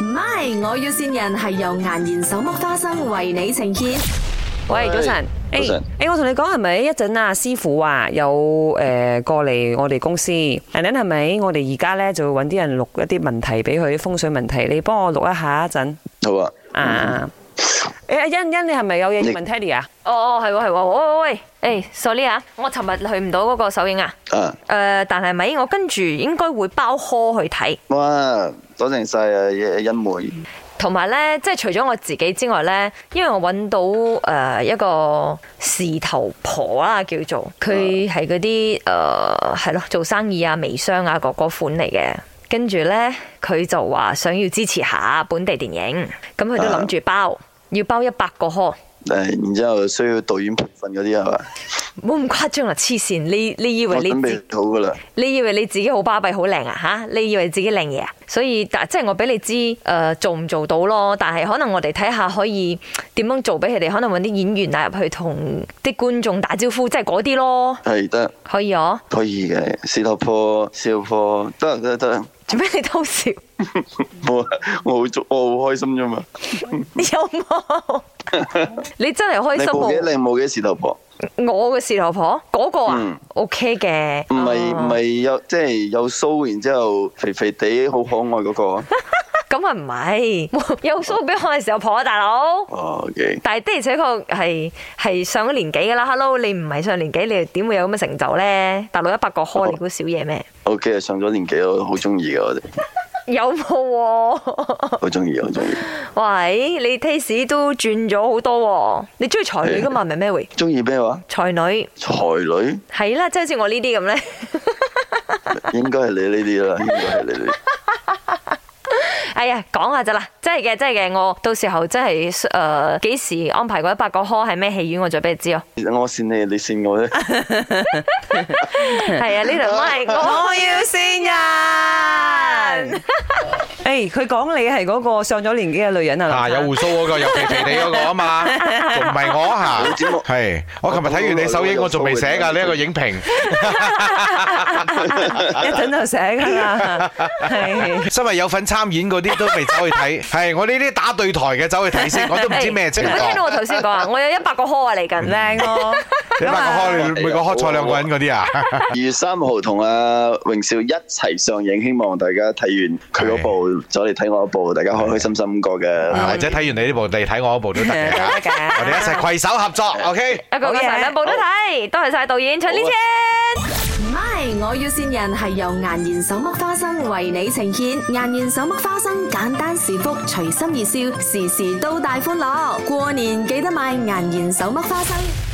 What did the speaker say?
MY，我要線人係由顏然手剝花生為你呈現。喂，早晨。早誒晨誒，我同你講係咪一陣啊？師傅話有誒過嚟我哋公司，and then 係咪我哋而家咧就會揾啲人錄一啲問題俾佢啲風水問題，你幫我錄一下一陣好啊，啊！誒，阿欣欣，你係咪有嘢要問 Teddy 啊？哦哦，係喎係喎，喂喂喂，誒，sorry 啊，我尋日去唔到嗰個首映啊，啊，誒、但係咪我跟住應該會包科去睇，哇，多謝晒啊，欣梅，同埋呢，即係除咗我自己之外呢，因為我揾到誒、呃一個事頭婆啦，叫做佢係嗰啲誒呃係咯做生意啊、微商啊嗰嗰款嚟嘅。跟住呢，佢就話想要支持下本地電影，咁佢都諗住包，要包一百個殼。誒，然之後需要導演培訓嗰啲啊係嘛，冇咁誇張啦，啊黐線！你你以為我你準自備好噶啦，你以為你自己好巴閉好靚啊吓？你以為自己靚嘢啊？所以但即係我俾你知，誒、做唔做到咯？但係可能我哋睇下可以點樣做俾佢哋，可能揾啲演員帶入去同啲觀眾打招呼，即係嗰啲咯，係得可以哦。可以嘅，試頭破，試頭破，得得得，做咩你偷笑？我我好足，我好開心啫嘛，有 冇？你真係開你心冇幾喎！靚冇幾試頭破，我嘅事頭婆嗰、個啊、嗯 o k 嘅，唔係哦唔係有即係有鬚，然之後肥肥地好可愛嗰個，咁啊唔係，冇有蘇俾我嘅時候婆啊，大佬。哦，OK，但係的而且確係係上咗年紀㗎啦，Hello，你唔係上年紀，你又點會有咁嘅成就呢？大陸一百個哦開，你估少嘢咩？ OK，上咗年紀我好中意嘅我哋，有冇喎？好中意好中意， 喂，你 taste 都轉咗好多喎！你中意才女㗎 嘛？唔係咩會中意咩話？才女才女係啦，即係好似我呢啲咁 呢。應該係你呢啲啦，應該係你呢啲。哎呀，講下咋啦，真係嘅，真係嘅，我到時候真係誒幾時安排嗰一百個開係咩戲院，我再俾你 知哦。我扇你，你扇我咧。係啊，呢度我係我我。要線人。 誒，佢講你係嗰個上咗年紀嘅女人啊，啊！有胡胡鬚嗰個，有肥肥地嗰個啊嘛，仲唔係我啊嚇有節 目？係我琴日睇完你首映，我仲未寫㗎呢一個影 評。一陣就寫㗎 啦，係。身為有份參演嗰啲都未走去 睇，係我呢啲打對台嘅走去睇先， 我都 唔知咩情你有冇聽到況。嗯我頭先講啊？我有一百個開啊嚟緊。靚咯，你話我開每個開菜兩個人嗰啲啊？二月三號同阿榮少一齊上映，希望大家睇完佢嗰部，再嚟睇我嗰部，大家開開心心過嘅。啊或者睇完你呢部，你睇我嗰部都 得嘅。都得嘅我哋一齊攜手合作，OK？一個個好嘢成兩部都睇，多謝晒導演啊陳呢千。 MY，我要線人係由顏然手剝花生為你呈現。顏然手剝花生，簡單是福，隨心而笑，時時都大歡樂。過年記得買顏然手剝花生。